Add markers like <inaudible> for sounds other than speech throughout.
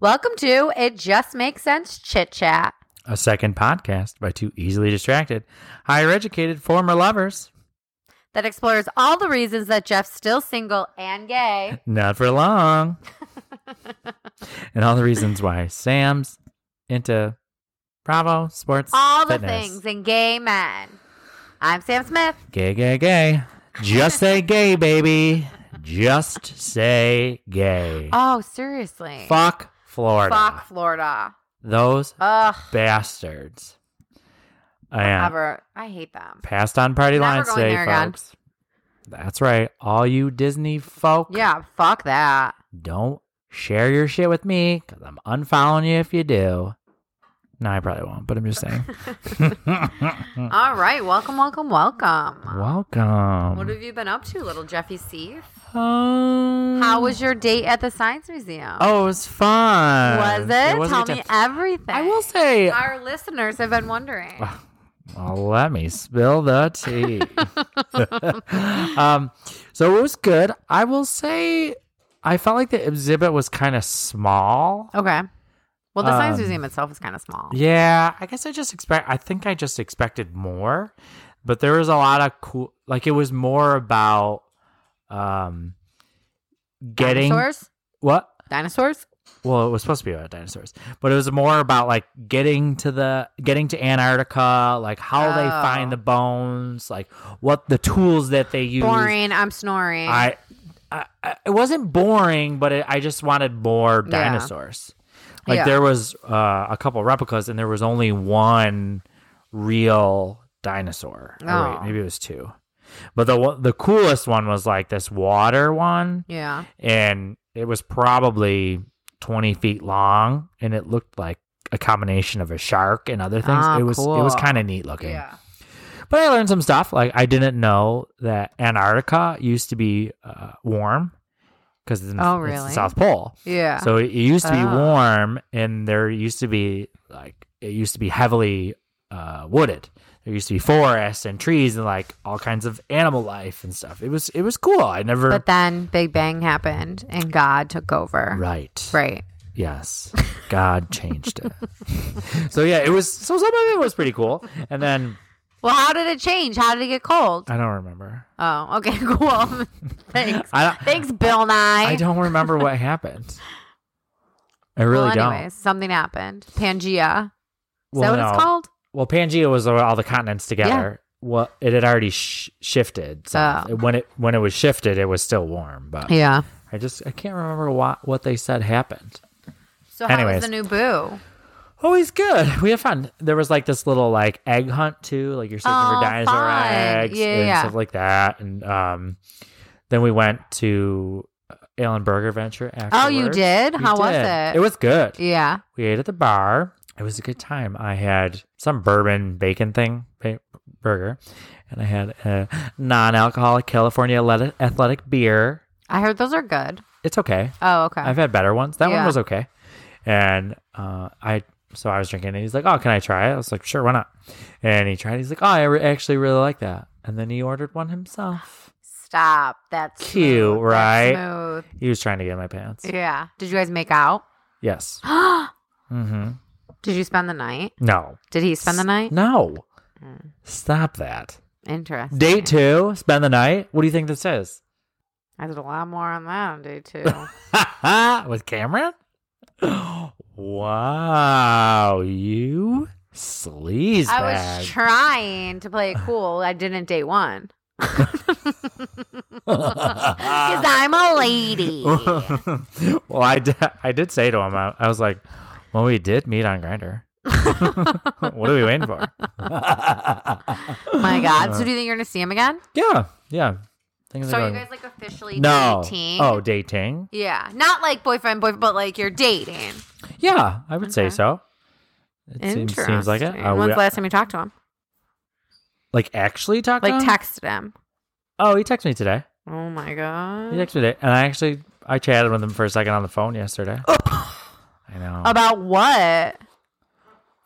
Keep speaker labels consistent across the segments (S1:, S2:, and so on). S1: Welcome to It Just Makes Sense Chit Chat.
S2: A second podcast by two easily distracted, higher educated former lovers.
S1: that explores all the reasons that Jeff's still single and gay.
S2: Not
S1: <laughs>
S2: for long. and all the reasons why Sam's into Bravo, sports,
S1: all the
S2: fitness.
S1: things and gay men. I'm Sam Smith.
S2: Gay, gay, gay. Just say gay, baby. Just say gay.
S1: Oh, seriously.
S2: Fuck Florida.
S1: Fuck Florida.
S2: Those
S1: Ugh.
S2: bastards. I am.
S1: Ever. I hate them.
S2: Passed on party
S1: Never
S2: lines
S1: going
S2: today,
S1: there again.
S2: folks. That's right. All you Disney folk,
S1: Yeah, fuck that.
S2: don't share your shit with me because I'm unfollowing you if you do. No, I probably won't, but I'm
S1: <laughs>
S2: just saying. Mm.
S1: All right, welcome, welcome,
S2: Um,
S1: welcome.
S2: Welcome.
S1: What have you been up to, little Jeffy Steve?
S2: um,
S1: How was your date at the Science Museum?
S2: Oh, it was fun.
S1: was it?
S2: was a
S1: Tell
S2: good
S1: me
S2: time.
S1: everything.
S2: I will say.
S1: Our listeners have been wondering.
S2: Well, let me spill the
S1: <laughs>
S2: tea. <laughs> um, so it was good. I will say, I felt like the exhibit was kind of small.
S1: Okay. Well, the Science
S2: Um,
S1: Museum itself is kind of small.
S2: Yeah, I guess I just expect. I think I just expected more, but there was a lot of cool. Like it was more about um getting
S1: Dinosaurs?
S2: what.
S1: Dinosaurs?
S2: Well, it was supposed to be about dinosaurs, but it was more about like getting to the getting to Antarctica, like how they
S1: Oh.
S2: find the bones, like what the tools that they use.
S1: Boring. I'm snoring.
S2: I, I, I it wasn't boring, but it, I just wanted more
S1: Yeah.
S2: dinosaurs. Like
S1: Yeah.
S2: there was uh, a couple replicas, and there was only one real dinosaur. Or
S1: Oh.
S2: wait, maybe it was two. But the one- the coolest one was like this water one,
S1: yeah.
S2: and it was probably twenty feet long, and it looked like a combination of a shark and other things.
S1: Ah,
S2: it was it was
S1: cool.
S2: kind of neat looking. But I learned some stuff. Like I didn't know that Antarctica used to be uh, warm because it's, in-
S1: Oh,
S2: it's the
S1: really?
S2: South Pole.
S1: Yeah.
S2: So it used to be
S1: Oh.
S2: warm, and there used to be like it used to be heavily uh, wooded. There used to be forests and trees and like all kinds of animal life and stuff. It was it was cool. I never
S1: but then Big Bang happened and God took over.
S2: <laughs> right
S1: Right.
S2: Yes. God changed it. <laughs> so yeah, it was so some of it was pretty cool. And then
S1: Well, how did it change? How did it get cold?
S2: I don't remember.
S1: Oh, okay, <laughs>
S2: <laughs>
S1: cool. Thanks.
S2: I don't,
S1: Thanks, Bill Nye.
S2: I don't remember
S1: <laughs>
S2: what happened. I really
S1: well,
S2: don't.
S1: anyways, something happened. Pangea. Is
S2: Well,
S1: that what
S2: no.
S1: it's called?
S2: Well, Pangea was all the continents together. Well, it had already sh- shifted. So
S1: Oh.
S2: when it when it was shifted, it was still warm. But
S1: Yeah.
S2: I just I can't remember what what they said happened.
S1: So how
S2: Anyways.
S1: was the new boo?
S2: Always good. We had fun. There was like this little like egg hunt too. Like you're searching
S1: Oh,
S2: for dinosaur
S1: fun.
S2: eggs
S1: Yeah,
S2: and
S1: yeah.
S2: stuff like that. And um, then we went to Allen Burger Venture. Afterwards.
S1: Oh, you did?
S2: We
S1: how was
S2: did.
S1: it?
S2: It was good.
S1: Yeah.
S2: We ate at the bar. It was a good time. I had some bourbon bacon thing ba- burger, and I had a non-alcoholic California Athlet- athletic beer.
S1: I heard those are good.
S2: It's okay.
S1: Oh, okay.
S2: I've had better ones. That one
S1: Yeah.
S2: was okay. And uh, I, so I was drinking, and he's like, "Oh, can I try it?" I was like, "Sure, why not?" And he tried. He's like, "Oh, I re- actually really like that." And then he ordered one himself.
S1: Stop. That's
S2: Cute,
S1: smooth. That's
S2: right?
S1: smooth.
S2: He was trying to get in my pants.
S1: Yeah. Did you guys make out? <gasps>
S2: Yes. Mm-hmm.
S1: Did you spend the night?
S2: No.
S1: Did he spend the night? Mm.
S2: No. Stop that.
S1: Interesting.
S2: Date two, spend the night. What do you think this is?
S1: I did a lot more on that on day
S2: <laughs>
S1: two.
S2: With Cameron? Wow, you sleazebag.
S1: I was trying to play it cool. I didn't date
S2: <laughs>
S1: one.
S2: Ah.
S1: Because I'm a
S2: <laughs>
S1: lady.
S2: Oh well, I di- I did say to him, I, I was like, well, we did meet on Grinder. <laughs> what are we waiting for?
S1: My God. So do you think you're going to see him again?
S2: yeah, yeah. Things
S1: So are
S2: are
S1: you
S2: going-
S1: guys like officially
S2: no.
S1: dating?
S2: Oh, dating?
S1: Yeah. Not like boyfriend, boyfriend, but like you're dating.
S2: Yeah, I would say
S1: Okay.
S2: so. It seems,
S1: Interesting.
S2: seems like it. Uh,
S1: When's
S2: we-
S1: the last time you talked to him?
S2: like actually talk to
S1: Like
S2: him?
S1: texted him.
S2: Oh, he texted me today.
S1: Oh my
S2: He
S1: God.
S2: texted me today, and I actually I chatted with him for a second on the phone yesterday. I know.
S1: About what?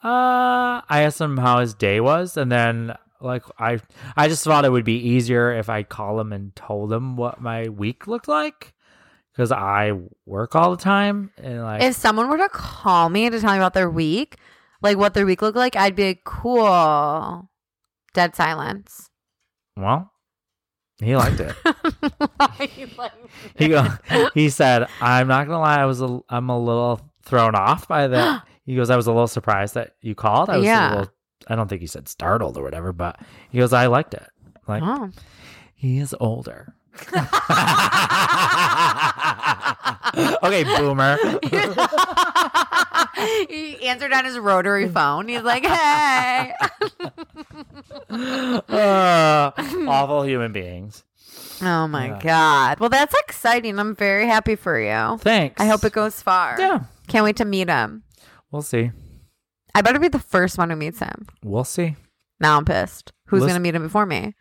S2: Uh, I asked him how his day was, and then like I I just thought it would be easier if I call him and told him what my week looked like. because I work all the time and like
S1: If someone were to call me to tell me about their week, like what their week looked like, I'd be like, cool. Dead silence. <laughs>
S2: well, he liked it.
S1: Like-
S2: he go, he said, "I'm not gonna lie, I was a, I'm a little thrown off by that." He goes, "I was a little surprised that you called." I was
S1: Yeah.
S2: a little, I don't think he said startled or whatever, but he goes, "I liked it." Like
S1: Oh.
S2: he is <laughs> older. okay, <laughs> boomer. "Oh."
S1: <laughs>
S2: <laughs>
S1: he answered on his rotary phone. He's like,
S2: <laughs>
S1: hey.
S2: Uh, awful human beings.
S1: Oh my
S2: Yeah.
S1: God. Well, that's exciting. I'm very happy for you.
S2: Thanks.
S1: I hope it goes far.
S2: Yeah,
S1: Can't wait to meet him.
S2: we'll see.
S1: I better be the first one who meets him.
S2: We'll see.
S1: Now I'm pissed. Who's
S2: Let's-
S1: going to meet him before me?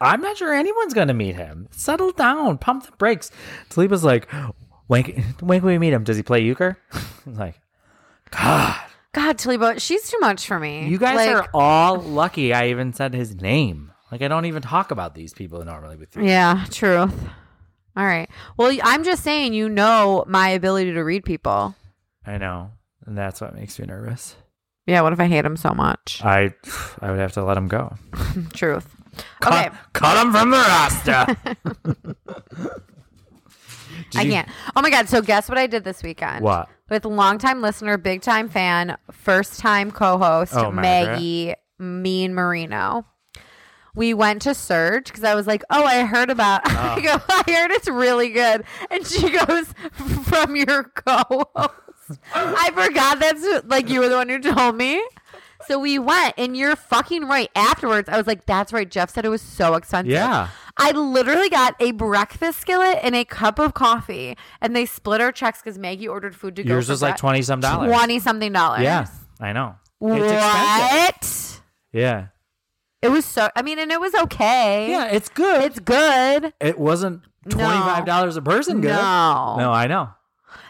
S2: I'm not sure anyone's gonna meet him. Settle down, pump the brakes. Taliba's like, when, c- when can we meet him? Does he play euchre? <laughs> I'm like, God,
S1: God, Taliba, she's too much for me.
S2: you guys
S1: Like,
S2: are all lucky. I even said his name. Like, I don't even talk about these people normally with you.
S1: Yeah, truth. All right. Well, I'm just saying, you know my ability to read people.
S2: I know, and that's what makes me nervous.
S1: Yeah, what if I hate him so much?
S2: I, <sighs> I would have to let him go.
S1: Truth.
S2: Cut,
S1: Okay.
S2: cut him from
S1: <laughs>
S2: the roster. Did
S1: I
S2: you-
S1: can't. Oh my God. So, guess what I did this weekend?
S2: What?
S1: With longtime listener, big time fan, first time co host,
S2: Oh, Margaret.
S1: Maggie Mean Marino. We went to Surge because I was like, oh, I heard about <laughs>
S2: Ah.
S1: I go, I heard it's really good. And she <laughs> goes, from your co host. I forgot that's who- like you were the one who told me. So we went, and you're fucking right. Afterwards, I was like, that's right. Jeff said it was so expensive.
S2: Yeah.
S1: I literally got a breakfast skillet and a cup of coffee, and they split our checks because Maggie ordered food to go.
S2: Yours
S1: for
S2: was like
S1: bre-
S2: twenty some dollars.
S1: twenty something dollars.
S2: Yeah, I know. It's expensive.
S1: What?
S2: Yeah.
S1: It was so. I mean, and it was okay.
S2: Yeah, it's good.
S1: it's good.
S2: it wasn't
S1: No.
S2: twenty five dollars a person. Good.
S1: No.
S2: No, I know.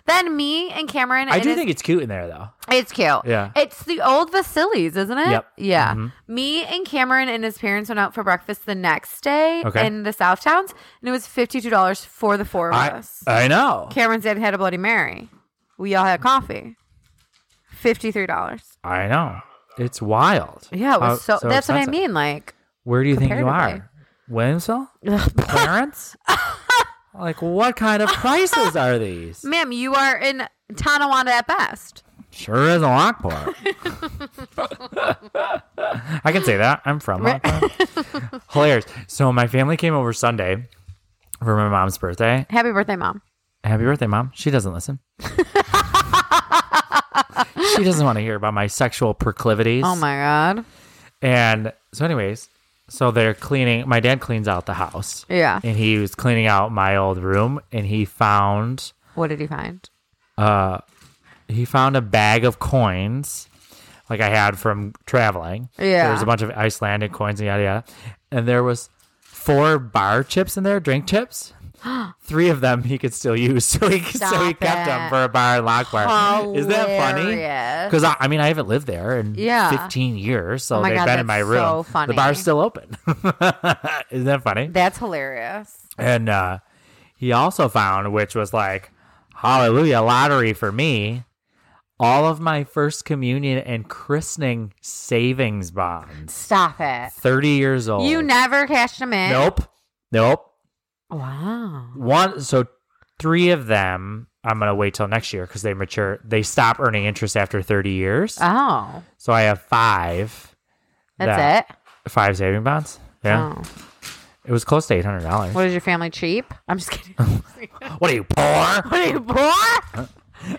S1: Then me and Cameron.
S2: I
S1: and
S2: do
S1: his-
S2: think it's cute in there though.
S1: it's cute.
S2: Yeah.
S1: It's the old Vasilis, isn't it?
S2: Yep.
S1: Yeah.
S2: Mhm.
S1: Me and Cameron and his parents went out for breakfast the next day
S2: Okay.
S1: in the South Towns, and it was fifty two dollars for the four of
S2: I
S1: us.
S2: I know.
S1: Cameron's dad had a Bloody Mary. We all had coffee. Fifty-three dollars.
S2: I know. It's wild.
S1: Yeah, it was
S2: How-
S1: so, That's what I
S2: expensive.
S1: mean. Like,
S2: Where do you think you
S1: comparatively.
S2: are?
S1: <laughs>
S2: Williamsville? Clarence? like what kind
S1: <laughs>
S2: of prices are these?
S1: ma'am, you are in Tonawanda at best.
S2: Sure
S1: <laughs>
S2: is a Lockport. I can say that. I'm from
S1: Right.
S2: Lockport. Hilarious. So my family came over Sunday for my mom's birthday.
S1: Happy birthday, mom.
S2: Happy birthday, mom. She doesn't listen. she doesn't want to hear about my sexual proclivities.
S1: Oh my god.
S2: And so, anyways, so they're cleaning. My dad cleans out the house,
S1: Yeah.
S2: and he was cleaning out my old room, and he found
S1: What did he find?
S2: he found a bag of coins, like I had from traveling.
S1: Yeah.
S2: there was a bunch of Icelandic coins and yada yada, and there was four bar chips in there,
S1: <gasps>
S2: drink chips. Three of them he could still use, <laughs> so he so he
S1: Stop
S2: kept
S1: it.
S2: them for a bar and lock bar. Is that funny?
S1: Hilarious.
S2: Because I, I mean, I haven't lived there in
S1: Yeah. Oh
S2: 15 years, so
S1: my
S2: they've
S1: God,
S2: been in my
S1: that's
S2: room.
S1: so funny.
S2: The bar's still open. <laughs> Isn't that funny?
S1: That's hilarious.
S2: And uh, he also found, which was like, hallelujah, lottery for me, all of my first communion and christening savings bonds.
S1: Stop it.
S2: 30 years old.
S1: You never cashed him in.
S2: Oh. Nope. Nope.
S1: Wow.
S2: One. So three of them, I'm going to wait till next year because they mature. They stop earning interest after 30 years.
S1: Oh,
S2: so I have five.
S1: that's
S2: that-
S1: it.
S2: Five saving bonds. Yeah.
S1: Oh.
S2: It was close to eight hundred dollars.
S1: What is your family cheap? I'm just kidding.
S2: <laughs>
S1: what
S2: What are you poor?
S1: are you poor?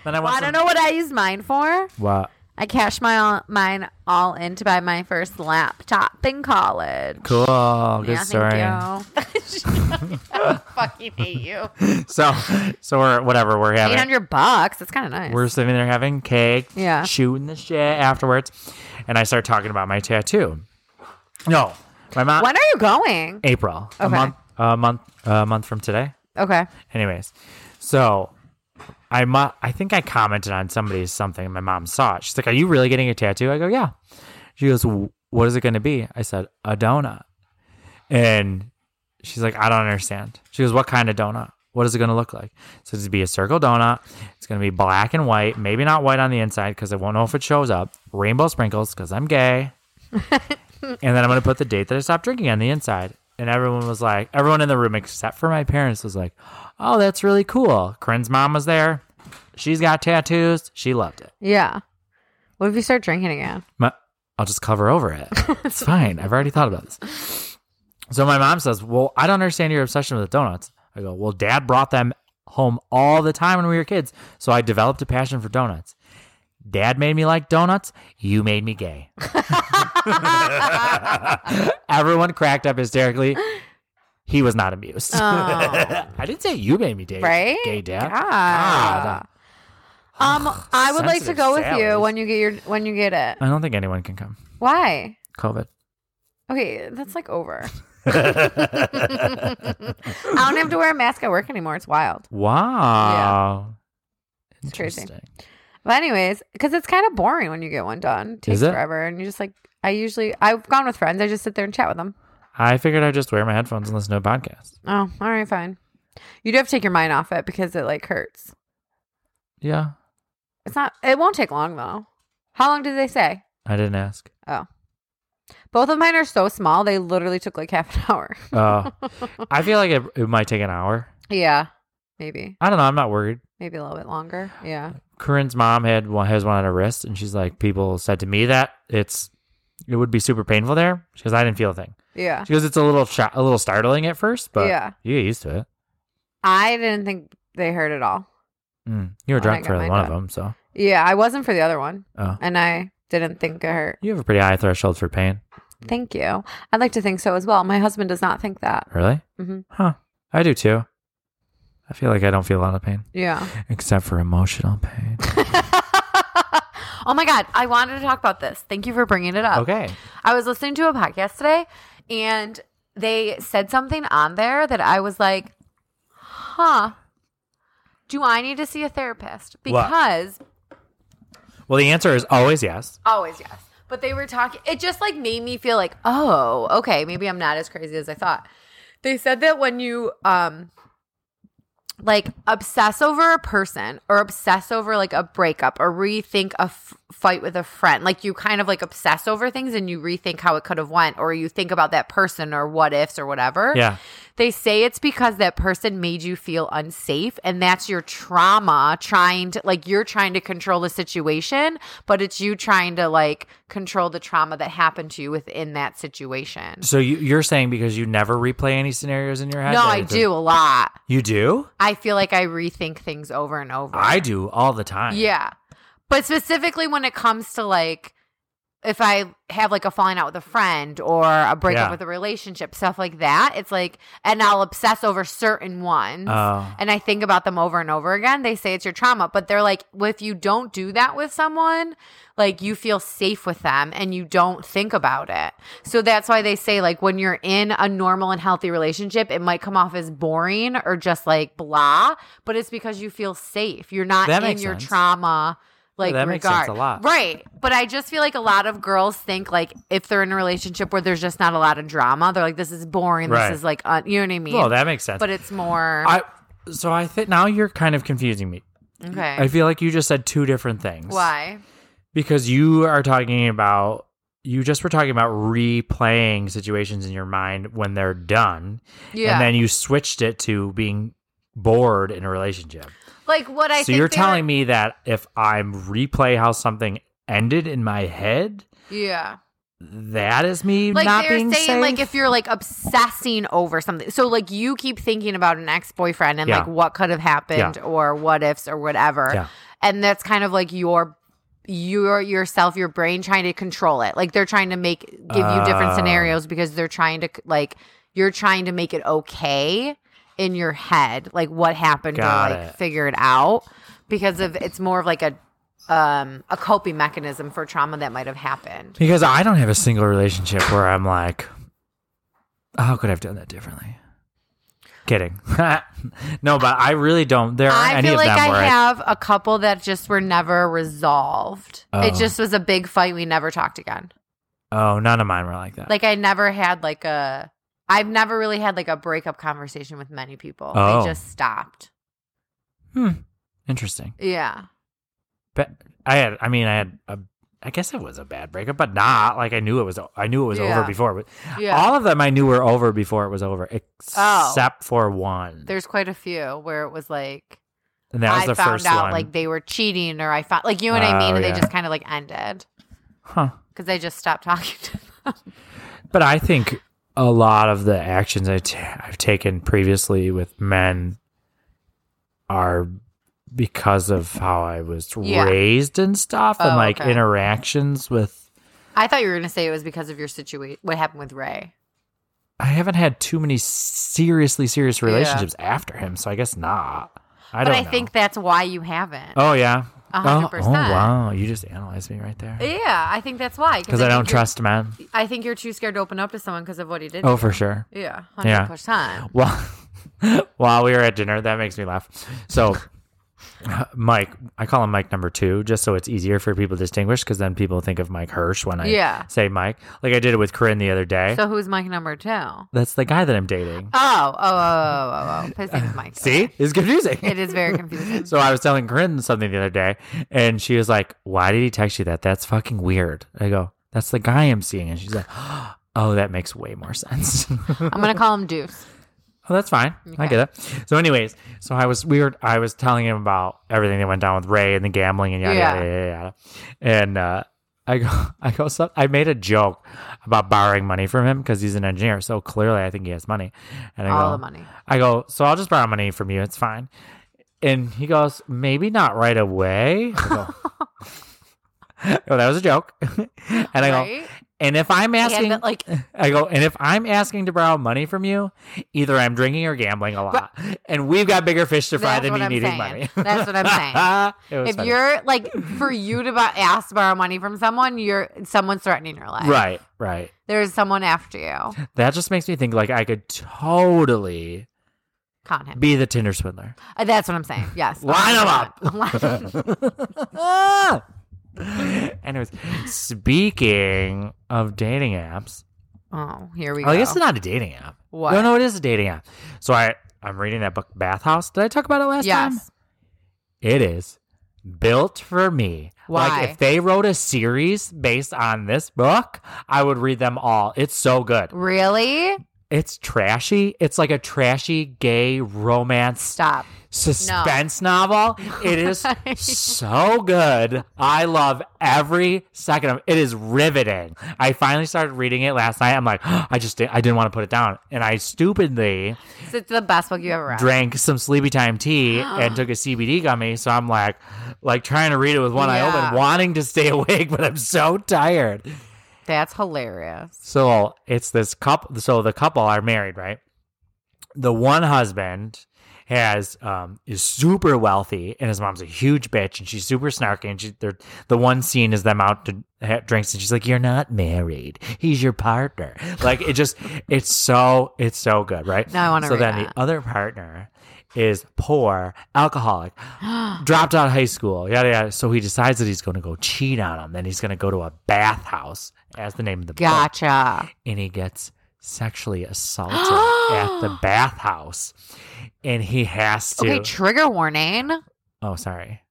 S2: Then I want
S1: I don't know what I use mine for.
S2: know. What?
S1: I cashed my mine all in to buy my first laptop in college.
S2: Cool. Good
S1: Yeah,
S2: story.
S1: thank you.
S2: <laughs>
S1: <laughs> I fucking hate you.
S2: So, <laughs> so we're whatever we're
S1: Eight
S2: having.
S1: hundred bucks. That's kind of nice.
S2: We're sitting there having cake.
S1: Yeah.
S2: Shooting the shit afterwards, and I start talking about my tattoo. No, my mom.
S1: when are you going?
S2: April. A
S1: Okay.
S2: month. A month. A month from today.
S1: Okay.
S2: Anyways, so I mu- I think I commented on somebody's something. and My mom saw it. She's like, "Are you really getting a tattoo?" I go, "Yeah." She goes, "W- "What is it going to be?" I said, "A donut," and she's like, "I don't understand." She goes, "What kind of donut?" What is it going to look like? So it's going to be a circle donut. It's going to be black and white, maybe not white on the inside because I won't know if it shows up. Rainbow sprinkles because I'm gay. and then I'm going to put the date that I stopped drinking on the inside. And everyone was like, everyone in the room except for my parents was like, oh, that's really cool. Corinne's mom was there. She's got tattoos. She loved it.
S1: Yeah. What if you start drinking again?
S2: My, I'll just cover
S1: <laughs>
S2: over it. It's fine. I've already thought about this. So my mom says, Well, I don't understand your obsession with donuts. I go, Well, dad brought them home all the time when we were kids. So I developed a passion for donuts. Dad made me like donuts. You made
S1: <laughs>
S2: me gay. Everyone cracked up hysterically. He was not amused.
S1: Oh.
S2: <laughs> I didn't say you made me gay,
S1: Right?
S2: gay dad. Ah,
S1: God. Um, I would like to
S2: Sensitive
S1: go with you
S2: Sally's.
S1: when you get your when you get it.
S2: I don't think anyone can come.
S1: Why? <laughs>
S2: COVID.
S1: Okay, that's like
S2: <laughs>
S1: over. I don't have to wear a mask at work anymore. It's wild.
S2: Wow.
S1: It's crazy.
S2: Interesting.
S1: But anyways, because it's kind of boring when you get one done. It takes
S2: Is it?
S1: forever, and you just like I usually I've gone with friends. I just sit there and chat with them.
S2: I figured I'd just wear my headphones and listen to a podcast.
S1: Oh, all right, fine. You do have to take your mind off it because it like hurts.
S2: Yeah.
S1: It's not. It won't take long though. How long did they say?
S2: I didn't ask.
S1: Both of mine are so small. They literally took like <laughs> half an hour.
S2: Uh, I feel like it, it might take an hour.
S1: Yeah, maybe
S2: I don't know. I'm not worried.
S1: maybe a little bit longer. Yeah.
S2: Corinne's mom had one, has one on her wrist, and she's like, people said to me that it's it would be super painful there. She goes, I didn't feel a thing.
S1: Yeah.
S2: She goes, it's a little sho a little startling at first, but
S1: Yeah.
S2: you get used to it.
S1: I didn't think they heard at all.
S2: Mm. You were
S1: When I
S2: drunk
S1: got
S2: for
S1: mine
S2: one of
S1: done.
S2: them, so
S1: Yeah, I wasn't for the other one.
S2: Oh.
S1: And I didn't think it hurt.
S2: you have a pretty high threshold for pain.
S1: Thank you. I'd like to think so as well. My husband does not think that.
S2: Really?
S1: Mhm.
S2: Huh. I do too. I feel like I don't feel a lot of pain,
S1: Yeah.
S2: except for emotional pain.
S1: <laughs> oh my God. I wanted to talk about this. Thank you for bringing it up.
S2: okay.
S1: I was listening to a podcast today and they said something on there that I was like, huh, do I need to see a therapist?
S2: What?
S1: Because
S2: Well, the answer is always yes.
S1: Always yes. But they were talking it just like made me feel like, "Oh, okay, maybe I'm not as crazy as I thought." They said that when you um like obsess over a person or obsess over like a breakup or rethink a f- fight with a friend, like you kind of like obsess over things and you rethink how it could have went or you think about that person or what ifs or whatever.
S2: Yeah.
S1: They say it's because that person made you feel unsafe and that's your trauma trying to like you're trying to control the situation, but it's you trying to like control the trauma that happened to you within that situation.
S2: So you, you're saying because you never replay any scenarios in your head?
S1: No,
S2: that
S1: I
S2: it
S1: do
S2: does-
S1: a lot.
S2: You do?
S1: I feel like I rethink things over and over.
S2: I do all the time.
S1: Yeah. But specifically when it comes to like if I have like a falling out with a friend or a breakup
S2: Yeah.
S1: with a relationship, stuff like that, it's like and I'll obsess over certain ones.
S2: Oh.
S1: and I think about them over and over again, they say it's your trauma, but they're like, well, if you don't do that with someone, like you feel safe with them and you don't think about it. So that's why they say, like, when you're in a normal and healthy relationship, it might come off as boring or just like blah, but it's because you feel safe. You're not
S2: That
S1: in
S2: makes
S1: your
S2: sense.
S1: trauma. Like
S2: that
S1: regard.
S2: makes sense a lot.
S1: right? But I just feel like a lot of girls think like if they're in a relationship where there's just not a lot of drama, they're like, "This is boring.
S2: Right.
S1: This is like, un-, you know what I mean?"
S2: Well, that makes sense.
S1: but it's more
S2: I so I think now you're kind of confusing me.
S1: okay.
S2: I feel like you just said two different things.
S1: Why?
S2: Because you are talking about you just were talking about replaying situations in your mind when they're done.
S1: Yeah.
S2: And then you switched it to being bored in a relationship.
S1: like what I
S2: so
S1: think
S2: you're
S1: they
S2: telling me that if I'm replay how something ended in my head,
S1: were- Yeah.
S2: that is me
S1: Like
S2: not
S1: they're
S2: being
S1: saying
S2: safe.
S1: like if you're like obsessing over something. So like you keep thinking about an ex-boyfriend and
S2: Yeah.
S1: like what could have happened or what ifs or whatever.
S2: Yeah.
S1: And that's kind of like your your yourself your brain trying to control it. Like they're trying to make give you different
S2: Oh.
S1: scenarios because they're trying to like you're trying to make it okay in your head like what happened
S2: Got
S1: to like
S2: it.
S1: figure it out because of it's more of like a um a coping mechanism for trauma that might have happened.
S2: Because I don't have a single relationship where I'm like, how could I have done that differently? Kidding. <laughs> no, but I really don't. There aren't
S1: I
S2: any
S1: feel
S2: of
S1: like
S2: them where
S1: I
S2: I-
S1: have a couple that just were never resolved. It
S2: Oh.
S1: just was a big fight. We never talked again.
S2: oh, none of mine were like that.
S1: Like I never had like a. I I've never really had like a breakup conversation with many people.
S2: Oh.
S1: I just stopped.
S2: Hmm. Interesting.
S1: Yeah.
S2: But I had. I mean, I had. A, I guess it was a bad breakup, but not like I knew it was. I knew it was
S1: Yeah.
S2: over before. But
S1: Yeah. Oh.
S2: all of them I knew were over before it was over, except for one.
S1: There's quite a few where it was like
S2: and that was
S1: I
S2: the
S1: found
S2: first
S1: out
S2: one.
S1: like they were cheating or I found like you know what I mean
S2: Oh,
S1: and
S2: yeah.
S1: they just kind of like ended
S2: huh.
S1: cuz I just stopped talking to them.
S2: But I think a lot of the actions i t- I've taken previously with men are because of how I was
S1: Yeah.
S2: raised and stuff, and
S1: Oh,
S2: like
S1: okay.
S2: interactions with.
S1: <laughs> I thought you were going to say it was because of your situation what happened with Ray.
S2: I haven't had too many seriously serious relationships after him, so I guess not. I
S1: but
S2: don't.
S1: I
S2: know.
S1: think that's why you haven't.
S2: Oh yeah.
S1: A
S2: Oh,
S1: hundred
S2: oh,
S1: percent.
S2: wow, you just analyzed me right there
S1: Yeah, I think that's why
S2: because I
S1: think
S2: don't
S1: you're-
S2: trust men.
S1: I think you're too scared to open up to someone because of what he did.
S2: Oh,
S1: to
S2: for
S1: you.
S2: sure.
S1: Yeah,
S2: Yeah.
S1: hundred percent.
S2: Well, <laughs> while we were at dinner, that makes me laugh. So, <laughs> Mike, I call him Mike number two, just so it's easier for people to distinguish, because then people think of Mike Hirsch when I
S1: Yeah.
S2: say Mike. Like I did it with Corinne the other day.
S1: So who's Mike number two? Oh,
S2: That's the guy that I'm dating.
S1: oh, oh, oh, oh, oh. His
S2: <laughs>
S1: name's Mike.
S2: See, it's confusing.
S1: it is very confusing.
S2: <laughs> So I was telling Corinne something the other day, and she was like, "Why did he text you that? That's fucking weird." I go, "That's the guy I'm seeing," and she's like, <gasps> "Oh, that makes way more sense." <laughs>
S1: I'm gonna call him Deuce.
S2: Oh, that's fine. I
S1: Okay.
S2: get it. So, anyways, so I was we were I was telling him about everything that went down with Ray and the gambling and yada
S1: Yeah.
S2: yada yada yada, and uh, I go <laughs> I go so, I made a joke about borrowing money from him because he's an engineer, so clearly I think he has money. And I
S1: All
S2: go,
S1: the money.
S2: I go, so I'll just borrow money from you. It's fine. And he goes, maybe not right away. I
S1: <laughs>
S2: go, <laughs> oh, that was a joke. <laughs> and I go,
S1: right?
S2: and if I'm
S1: Yeah,
S2: asking,
S1: but, like
S2: <laughs> I go, and if I'm asking to borrow money from you, either I'm drinking or gambling a lot, and we've got bigger fish to fry
S1: That's
S2: than
S1: what
S2: me
S1: I'm
S2: needing
S1: saying.
S2: money.
S1: <laughs> That's what
S2: <laughs>
S1: I'm
S2: saying.
S1: if you're like for you to buy, ask to borrow money from someone, you're someone's threatening your life.
S2: right, right,
S1: There's someone after you.
S2: that just makes me think like I could totally
S1: Con him.
S2: be the Tinder swindler. <laughs>
S1: Uh, That's what I'm saying. Yes.
S2: Line
S1: <laughs>
S2: 'em up. <laughs>
S1: 100%.
S2: Ah! Anyways, speaking of dating apps,
S1: oh, here we go.
S2: well, I guess it's not a dating app. Oh,
S1: What?
S2: No, no, it is a dating app. So I, I'm reading that book, Bathhouse. Did I talk about it last time?
S1: yes.
S2: It is built for me.
S1: Why?
S2: Like if they wrote a series based on this book, I would read them all. It's so good.
S1: Really?
S2: It's trashy. It's like a trashy gay romance
S1: Stop.
S2: suspense novel.
S1: <laughs>
S2: It is so good. I love every second of it. It is riveting. I finally started reading it last night. I'm like, <gasps> I just did, I didn't want to put it down. And I stupidly
S1: It's the best book you ever read.
S2: drank some sleepy time tea and took a CBD gummy. So I'm like, like trying to read it with one eye
S1: Yeah.
S2: open, wanting to stay <laughs> awake, but I'm so tired.
S1: That's hilarious.
S2: So it's this couple. So the couple are married, right? The one husband has um is super wealthy, and his mom's a huge bitch, and she's super snarky. And she, they're, the one scene is them out to have drinks, and she's like, "You're not married. He's your partner." Like it just, it's so, it's so good, right?
S1: Now I wanna
S2: So
S1: read
S2: then
S1: that.
S2: the other partner is poor,
S1: <gasps>
S2: alcoholic, dropped out of high school, yada yada. So he decides that he's going to go cheat on him. Then he's going to go to a bathhouse, as the name of the book
S1: Gotcha.
S2: and he gets
S1: <gasps>
S2: sexually assaulted at the bathhouse and he has to
S1: Okay, trigger warning. <laughs>
S2: oh sorry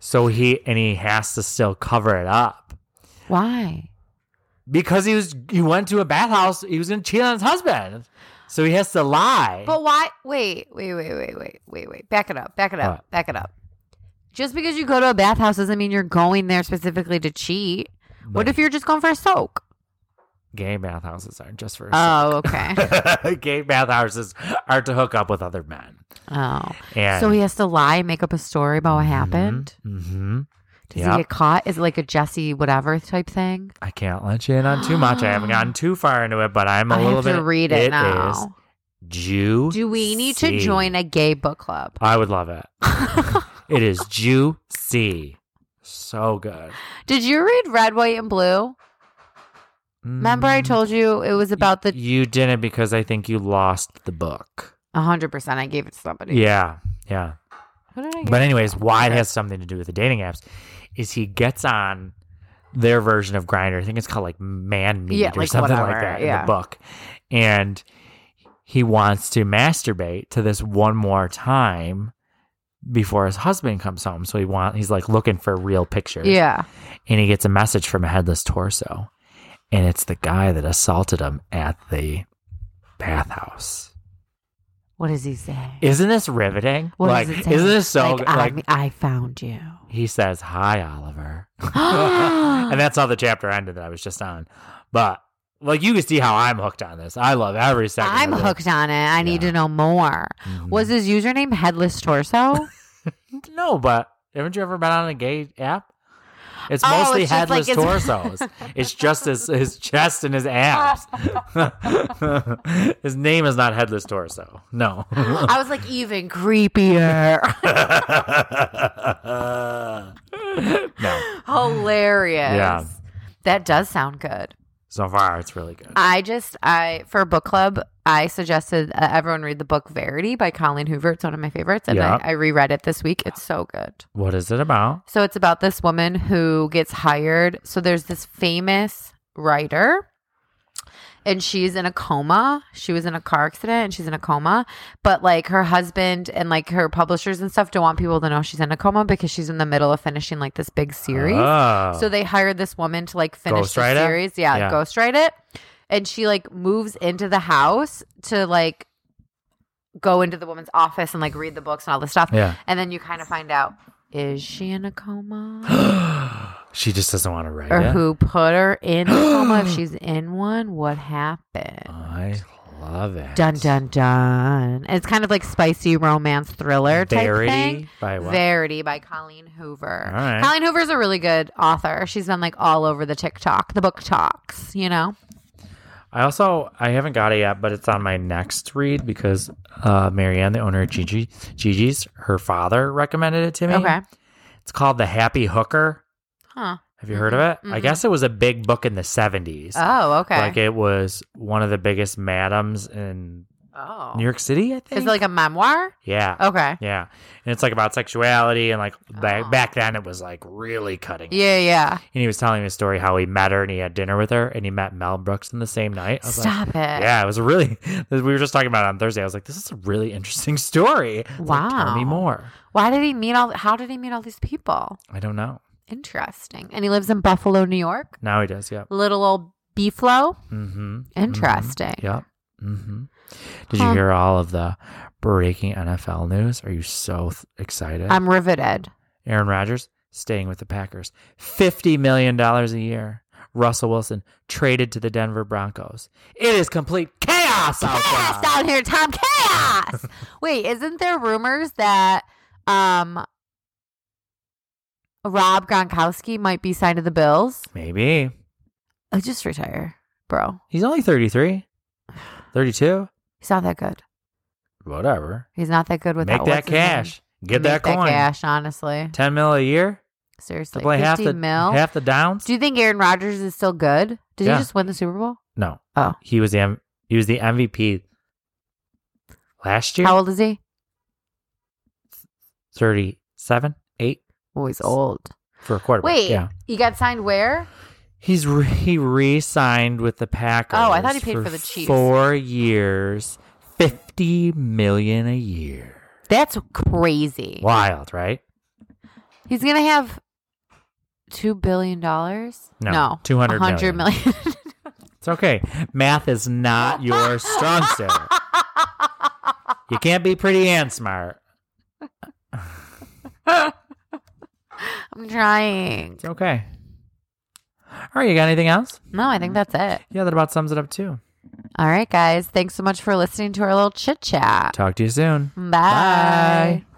S2: so he and he has to still cover it up
S1: Why?
S2: because he was he went to a bathhouse he was gonna cheat on his husband so he has to lie
S1: But why? Wait, wait, wait, wait, wait, wait, wait. Back it up. Back it up.
S2: What?
S1: Back it up. Just because you go to a bathhouse doesn't mean you're going there specifically to cheat. What
S2: Like,
S1: if you're just going for a soak?
S2: gay bathhouses aren't just for
S1: Oh, okay.
S2: <laughs> gay bathhouses are to hook up with other men
S1: oh.
S2: and
S1: So he has to lie, and make up a story about what happened.
S2: hmm
S1: Does
S2: Yep.
S1: he get caught? Is it like a Jesse whatever type thing?
S2: I can't let you in on too much.
S1: <gasps>
S2: I haven't gotten too far into it, but I'm a
S1: I
S2: little
S1: have
S2: bit.
S1: to read it,
S2: is
S1: now.
S2: Jew.
S1: Do we need to join a gay book club? <laughs>
S2: I would love it. it is juicy. So good.
S1: Did you read Red, White, and Blue? Remember, I
S2: Mm,
S1: told you it was about the
S2: you didn't because I think you lost the book.
S1: 100%. I gave it to somebody.
S2: Yeah, yeah.
S1: Who <laughs> did I give
S2: But
S1: it
S2: anyways,
S1: to?
S2: why it has something to do with the dating apps is he gets on their version of Grinder. I think it's called like Man Meat
S1: Yeah,
S2: or
S1: like
S2: something like
S1: whatever,
S2: that in
S1: yeah.
S2: the book, and he wants to masturbate to this one more time before his husband comes home. So he want he's like looking for real pictures.
S1: Yeah.
S2: And he gets a message from a headless torso. And it's the guy that assaulted him at the bathhouse.
S1: What does he say?
S2: Isn't this riveting?
S1: What
S2: like,
S1: does it say?
S2: isn't this so
S1: like,
S2: like,
S1: I, I found
S2: <laughs>
S1: you. <laughs>
S2: he says,
S1: <gasps>
S2: Hi, Oliver. and that's how the chapter ended that I was just on. But like you can see how I'm hooked on this. I love every second. of
S1: I'm
S2: it.
S1: hooked on it. I need
S2: Yeah.
S1: to know more.
S2: Mhm.
S1: Was his username Headless
S2: <laughs>
S1: Torso?
S2: No, but haven't you ever been on a gay app? It's
S1: Oh,
S2: mostly
S1: it's just like it's-
S2: headless
S1: <laughs>
S2: torsos. it's just his, his chest and his abs. his name is not headless torso.
S1: <laughs>
S2: No. <laughs>
S1: I was like, even creepier. <laughs>
S2: no.
S1: Hilarious.
S2: Yeah.
S1: That does sound good.
S2: So far, it's really good.
S1: I just, I, for book club, I suggested uh, everyone read the book Verity by Colleen Hoover. It's one of my favorites. And
S2: Yeah.
S1: I, I reread it this week. It's so good.
S2: What is it about?
S1: So it's about this woman who gets hired. So there's this famous writer and she's in a coma. She was in a car accident and she's in a coma, but like her husband and like her publishers and stuff don't want people to know she's in a coma because she's in the middle of finishing like this big series.
S2: Oh.
S1: So they hired this woman to like finish the
S2: Ghostwrite it?
S1: series. Yeah,
S2: Yeah.
S1: ghostwrite it. And she like moves into the house to like go into the woman's office and like read the books and all this stuff.
S2: Yeah.
S1: And then you kind of find out is she in a coma?
S2: <gasps> she just doesn't want to write
S1: or
S2: it.
S1: who put her in a
S2: <gasps>
S1: coma? if she's in one, what happened?
S2: I love it.
S1: Dun dun dun. It's kind of like spicy romance thriller type
S2: Verity
S1: thing.
S2: by what?
S1: Verity by Colleen Hoover.
S2: All right.
S1: Colleen Hoover's a really good author. She's been like all over the TikTok, the book talks, you know?
S2: I also I haven't got it yet, but it's on my next read because uh, Marianne, the owner of Gigi, Gigi's, her father recommended it to me.
S1: Okay.
S2: it's called The Happy Hooker.
S1: Huh.
S2: Have you heard of it? I
S1: Mhm.
S2: guess it was a big book in the seventies.
S1: Oh, okay.
S2: Like it was one of the biggest madams in
S1: oh.
S2: New York City. I think.
S1: Is it like Oh. a memoir?
S2: yeah,
S1: Okay.
S2: yeah, and it's like about sexuality and like back
S1: Oh.
S2: back then it was like really cutting.
S1: Yeah, yeah.
S2: And he was telling me a story how he met her and he had dinner with her and he met Mel Brooks in the same night. I was like,
S1: Stop it.
S2: Yeah, it was a really. <laughs> We were just talking about it on Thursday. I was like, "This is a really interesting <laughs> story." It's like, Tell me
S1: Wow.
S2: more.
S1: Why did he meet all how did he meet all these people?
S2: I don't know.
S1: Interesting. And he lives in Buffalo, New York.
S2: Now he does. Yeah.
S1: Little old B flow.
S2: Mm-hmm.
S1: Interesting.
S2: Yeah. Mm-hmm. Did
S1: Huh.
S2: you hear all of the breaking NFL news? Are you so th- excited?
S1: I'm riveted.
S2: Aaron Rodgers staying with the Packers, fifty million dollars a year. Russell Wilson traded to the Denver Broncos. It is complete chaos out
S1: Chaos
S2: there.
S1: down here, Tom.
S2: <laughs>
S1: Chaos. Wait, isn't there rumors that um Rob Gronkowski might be signed to the Bills?
S2: Maybe
S1: Oh, just retire, bro.
S2: he's only 33, 32.
S1: He's not that good.
S2: Whatever.
S1: He's not that good without
S2: Make that
S1: what's his name.
S2: cash. Get
S1: Make
S2: that coin.
S1: cash. Honestly,
S2: Ten mil a year to
S1: seriously,
S2: play half
S1: fifty
S2: the
S1: mil.
S2: half the downs.
S1: Do you think Aaron Rodgers is still good? Did
S2: Yeah.
S1: he just win the Super Bowl?
S2: no,
S1: Oh.
S2: he was the M- he was the MVP last year.
S1: How old is he?
S2: Thirty seven, eight
S1: Oh, he's old.
S2: for a quarterback.
S1: Wait,
S2: yeah,
S1: he got signed where?
S2: he's re- he re-signed with the Packers.
S1: Oh, I thought he paid for the Chiefs.
S2: Four years, fifty million a year.
S1: That's crazy.
S2: Wild, right?
S1: He's gonna have two billion dollars.
S2: No,
S1: no,
S2: 200
S1: 100
S2: million. It's okay. Math is not your strong suit. You can't be pretty and smart.
S1: <laughs> I'm trying.
S2: It's okay. All right, you got anything else?
S1: No, I think that's it.
S2: Yeah, that about sums it up too.
S1: All right, guys. Thanks so much for listening to our little chit chat.
S2: Talk to you soon.
S1: Bye.
S2: Bye.